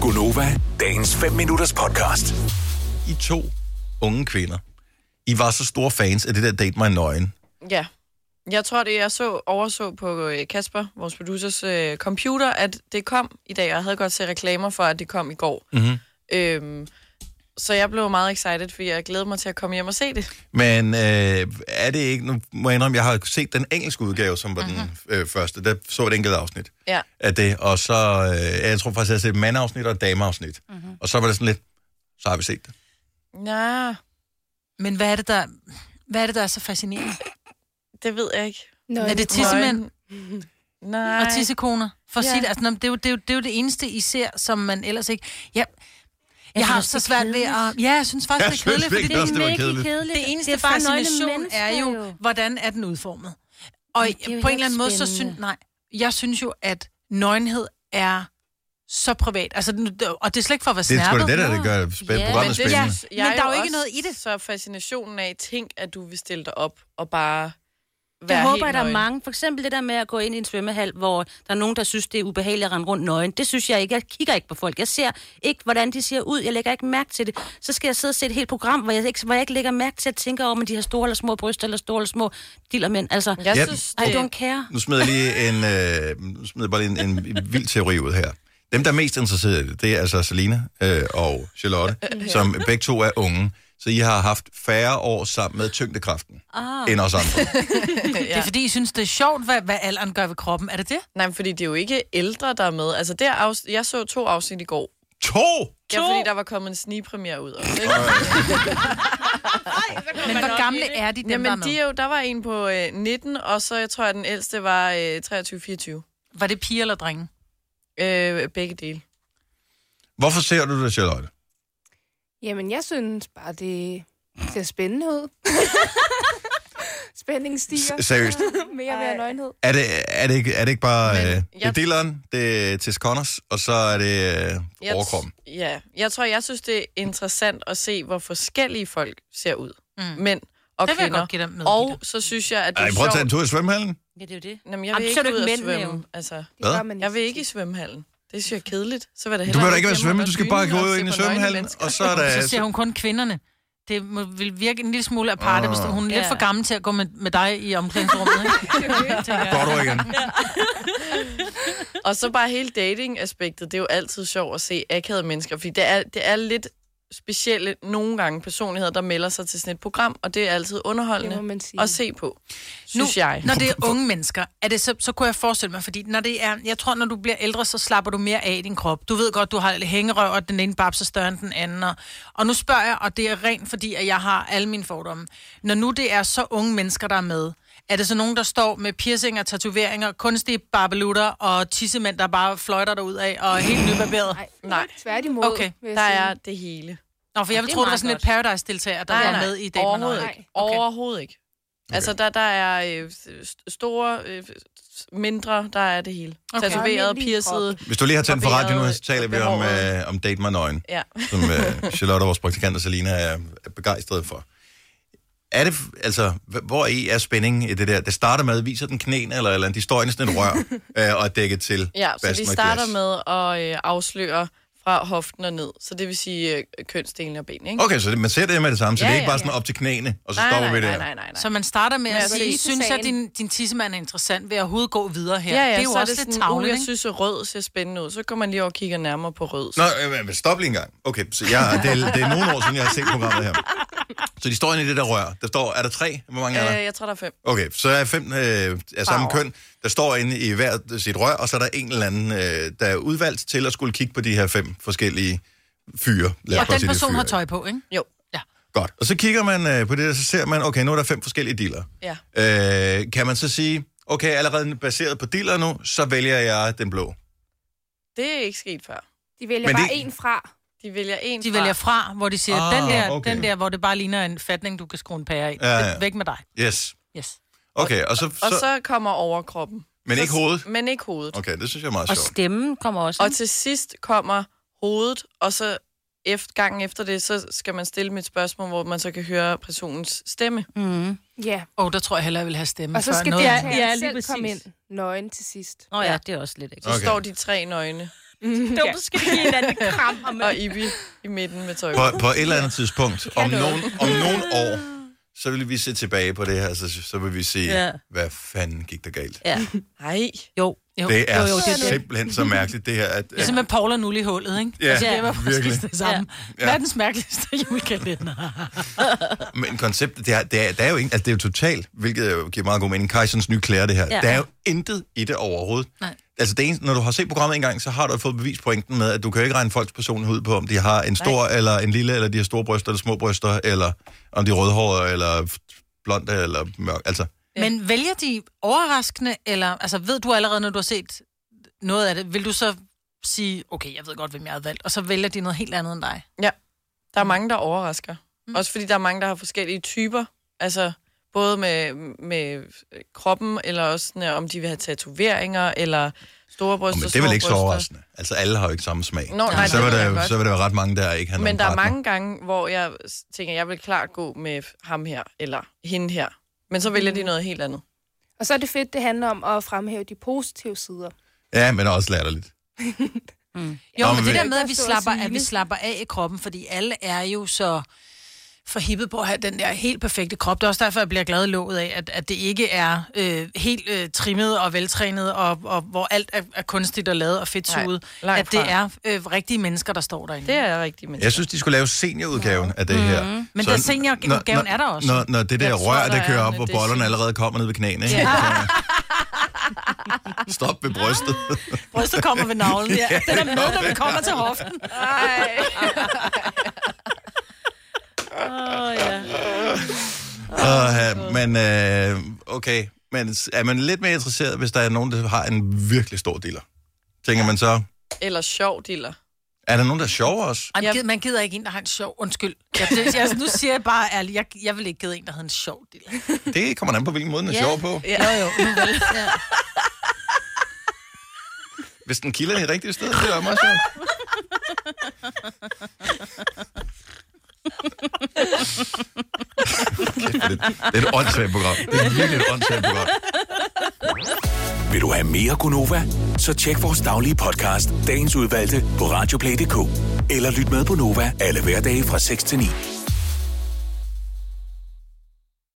Gunova, dagens 5 minutters podcast. I to unge kvinder. I var så store fans af det der Date Mig Nøgen. Ja. Jeg tror, det jeg så overså på øh, Kasper, vores producers øh, computer, at det kom i dag. og Jeg havde godt set reklamer for, at det kom i går. Mhm. Øhm, så jeg blev meget excited, fordi jeg glæder mig til at komme hjem og se det. Men øh, er det ikke... Nu må jeg indrømme, jeg har set den engelske udgave, som var Mhm. den øh, første. Der så et enkelt afsnit Ja. af det. Og så... Øh, jeg tror faktisk, jeg har set mandafsnit og dameafsnit. Mhm. Og så var det sådan lidt... Så har vi set det. Nå, Men hvad er det, der, hvad er, det, der er så fascinerende? det ved jeg ikke. Nå, Er det tissemænd Nej. og tissekoner? For at Ja. sige det, altså, nå, men det, er jo, det, er jo, det er jo det eneste, I ser, som man ellers ikke... Jeg, jeg har synes, så det er svært ved at... kedeligt. Ja, jeg synes faktisk, Jeg det er synes kedeligt, fordi virkelig det, også, det var mega kedeligt. kedeligt. det eneste det det er bare nøgne fascination mennesker er jo, jo. hvordan er den udformet? Og det er jo på en ikke eller anden måde, så spændende. synes... Nej, jeg synes jo, at nøgenhed er så privat. Altså, den- og det er slet ikke for at være Det er sgu snærpet. da det, der det gør spæ- Ja. programmet det spændende. synes jeg Men der er jo også, ikke noget i det. Så fascinationen af, tænk, at du vil stille dig op og bare være Jeg håber, helt at der er nøgen. mange. For eksempel det der med at gå ind i en svømmehal, hvor der er nogen, der synes, det er ubehageligt at rende rundt nøgen. Det synes jeg ikke. Jeg kigger ikke på folk. Jeg ser ikke, hvordan de ser ud. Jeg lægger ikke mærke til det. Så skal jeg sidde og se et helt program, hvor jeg ikke, hvor jeg ikke lægger mærke til at tænke over, om de har store eller små bryster, eller store eller små dillermænd. Altså, Jeg Ja. synes, I det, don't care. Nu smider jeg lige en, øh, nu smider jeg bare lige en, en vild teori ud her. Dem, der er mest interesseret i det, det er altså Selina øh, og Charlotte, som begge to er unge. Så I har haft færre år sammen med tyngdekraften ah. end os andre. Det er fordi, I synes, det er sjovt, hvad, hvad alderen gør ved kroppen. Er det det? Nej, men fordi det er jo ikke ældre, der er med. Altså, der afs- jeg så to afsnit i går. To! Ja, fordi der var kommet en snigpremiere ud også, ikke? Men hvor gamle er de, dem, der er Jamen, med? de er jo, der var en på øh, 19, og så jeg tror jeg, den ældste var øh, Var det piger eller drenge? 23-24. Øh, begge dele. Hvorfor ser du det, Charlotte? Jamen, jeg synes bare, det ser spændende ud. Spændingen stiger. S- seriøst? Mere og mere nøgenhed. Er det, er det, ikke, er det ikke bare... Men Øh, det er jeg- Dilleren, det er Tess Connors, og så er det øh, Jeg t- overkroppen. Ja, jeg tror, jeg synes, det er interessant at se, hvor forskellige folk ser ud. Mm. Mænd og Det vil jeg kvinder. godt give dig med. og så synes jeg, at det Ej, er prøv at tage en sjovt. tur i svømmehallen. Ja, det er jo det. Jamen, jeg vil Jamen, så er ikke det ud jo og ikke mænd, svømme. jo. Altså, Det Hvad? gør man jeg vil ikke i tit. svømmehallen. Det synes jeg er kedeligt. Så vil jeg da Du hellere behøver da ikke være ligge hjemme svømme, du skal under bare dynen gå og ind i se på nøgne svømmehallen, mennesker. og så altså- er der... Så ser hun kun kvinderne. Det må, vil virke en lille smule aparte, hvis hun er lidt Ja. for gammel til at gå med, med dig i omklædningsrummet. ikke? Tænker jeg. Går du igen? Og så bare hele dating-aspektet, det er jo altid sjovt at se akavede mennesker, fordi det er, det er lidt specielle nogle gange personligheder, der melder sig til sådan et program, og det er altid underholdende Det må man sige. at se på, synes nu, jeg. Når det er unge mennesker, er det så, så kunne jeg forestille mig, fordi når det er, jeg tror, når du bliver ældre, så slapper du mere af i din krop. Du ved godt, du har hængerøv, og den ene babs er større end den anden. Og, og nu spørger jeg, og det er rent fordi, at jeg har alle mine fordomme. Når nu det er så unge mennesker, der er med, er det så nogen, der står med piercinger, tatoveringer, kunstige barbelutter og tissemænd, der bare fløjter derud af og er helt nybarberet? Nej, Nej. tværtimod, Okay, vil jeg Der sige. er det hele. Nå, for jeg det er troede, det var meget sådan lidt Paradise-deltager, der var med i det. overhovedet ikke. Okay. Overhovedet ikke. Altså, der, der er øh, s- store, øh, s- mindre, der er det hele. Okay. Okay. Tatoveret, Almindelig pierced. Hvis du lige har tændt for Barberet, radio nu, så taler vi om, behåret. øh, om Date mig nøgen. Ja. som øh, Charlotte, vores praktikant og Selina er, er begejstrede for. Er det, f- altså, h- hvor i er spændingen i det der? Det starter med, viser den knæen eller et eller andet, de står inde i sådan et rør øh, og er dækket til. ja, så basten de og starter glas. med at øh, afsløre fra hoften og ned. Så det vil sige øh, kønsdelen og ben, ikke? Okay, så det, man ser det med det samme, så ja, Ja, det er ikke ja, bare sådan op til knæene, og så Nej, stopper nej, vi der. nej, nej, nej, nej. Så man starter med Men at altså, sige, lige til synes jeg, sagen. din, din tissemand er interessant ved at hovedet gå videre her. Ja, ja, det er jo så også er det lidt sådan, uh, tavligt, jeg ikke? synes, at rød ser spændende ud. Så går man lige over og kigger nærmere på rød. Nå, øh, men stop lige en gang. Okay, så jeg, det, er, det er nogle år siden, jeg har set programmet her. Så de står inde i det der rør. Der står, er der tre? Hvor mange er der? øh, jeg tror, der er fem. Okay, så er fem øh, af samme Farver. køn, der står inde i hver sit rør, og så er der en eller anden, øh, der er udvalgt til at skulle kigge på de her fem forskellige fyre. Lad os bare Og den sige, det er person har fyre. tøj på, ikke? Jo, Godt. Og så kigger man øh, på det, og så ser man, okay, nu er der fem forskellige dealer. ja. Øh, kan man så sige, okay, allerede baseret på dealer nu, så vælger jeg den blå. Det er ikke sket før. De vælger Men bare det- en fra. De vælger en De fra. vælger fra, hvor de siger, Ah, den, der, okay. den der, hvor det bare ligner en fatning, du kan skrue en pære i. Ja, ja. Væk med dig. Yes. Yes. Okay, og så... Og så så kommer overkroppen. men ikke hovedet. Men ikke hovedet. Okay. Okay, det synes jeg er meget Og sjovt. stemmen kommer også. Og ikke? til sidst kommer hovedet, og så efter, gangen efter det, så skal man stille mit spørgsmål, hvor man så kan høre personens stemme. Mhm. Ja, Åh, oh, der tror jeg heller, jeg vil have stemme. og så før skal noget. deltageren Ja, selv komme ind nøgen til sidst. Nå ja, det er også lidt ikke. Så Okay. okay. står de tre nøgne. dumt, så skal vi give hinanden et kram. Og man... Og Ibi i midten med tøj. På, på et eller andet tidspunkt, om noget. nogen, om nogen år, så vil vi se tilbage på det her, så, så vil vi se, Ja. ja. hvad fanden gik der galt. Ja. Nej. Jo. jo. Det er jo, jo, det er det. simpelthen så mærkeligt, det her. At, Det er at, simpelthen Paul og Nul i hullet, ikke? Altså, Ja, det var præcis virkelig. det samme. Ja. Ja. Verdens mærkeligste julekalender. men konceptet, det er, det er, der er jo ikke, altså, det er jo totalt, hvilket jo giver meget god mening, Kajsons nye klæder, det her. Ja. Ja. Der er jo intet i det overhovedet. Nej. Altså, det eneste, når du har set programmet en gang, så har du fået bevispointen med, at du kan jo ikke regne folks personlighed ud på, om de har en stor Nej. eller en lille, eller de har store bryster eller små bryster, eller om de er rødhårede, eller f- blonde, eller mørk. Altså, Men vælger de overraskende, eller altså ved du allerede, når du har set noget af det, vil du så sige, okay, jeg ved godt, hvem jeg havde valgt, og så vælger de noget helt andet end dig? Ja. Der er mange, der overrasker. Mm. Også fordi der er mange, der har forskellige typer. Altså, både med, med kroppen, eller også sådan, øh, om de vil have tatoveringer, eller store og, bryster, men det er vel små ikke så bryster. overraskende. Altså, alle har jo ikke samme smag. Nå, nej, så, det vil ved der, jeg jo- godt. så vil der jo ret mange, der ikke har nogen Men der er partner. mange gange, hvor jeg s- tænker, jeg vil klart gå med ham her, eller hende her. Men så vælger de noget helt andet. Og så er det fedt, det handler om at fremhæve de positive sider. Ja, men også latterligt. Jo, Nå, men men det vi- der med, at vi Jeg kan slapper, stå og sige at vi det. slapper af i kroppen, fordi alle er jo så forhippet på at have den der helt perfekte krop. Det er også derfor, jeg bliver glad i låget af, at, at det ikke er øh, helt øh, trimmet og veltrænet, og, og hvor alt er, er kunstigt og lavet og fedtsuget. Nej, langt At det fra. er øh, rigtige mennesker, der står derinde. Det er jeg rigtig med. Jeg synes, de skulle lave seniorudgaven af det her. Mm-hmm. Men der seniorudgaven er der også. Når, når det der Jeg jeg tror, rør, der der er kører en op, hvor decil. bollerne allerede kommer ned ved knæene. Ikke? Ja. Stop ved brystet. Brystet kommer ved navlen. Ja. Den er med, når vi kommer til hoften. Åh, ja. Uh, men øh, okay, men s- er man lidt mere interesseret, hvis der er nogen, der har en virkelig stor dealer? Tænker man så, Eller sjov diller. er der nogen, der er sjovere også? Ej, man, gider, man gider ikke en, der har en sjov... Undskyld. Jeg, det, jeg, altså, nu siger jeg bare ærligt, jeg, jeg vil ikke gide en, der havde en sjov del. Det kommer an på, hvilken måde den er Ja. sjov på. Ja. Jo, jo. nu vel. Ja. Hvis den kilder i rigtige sted, det er meget sjovt. Kæft, det, er- det er et åndssvagt program. Det er virkelig et åndssvagt program. Vil du have mere Gunova? Så tjek vores daglige podcast, dagens udvalgte, på radioplay.dk. Eller lyt med på Nova alle hverdage fra 6 til 9.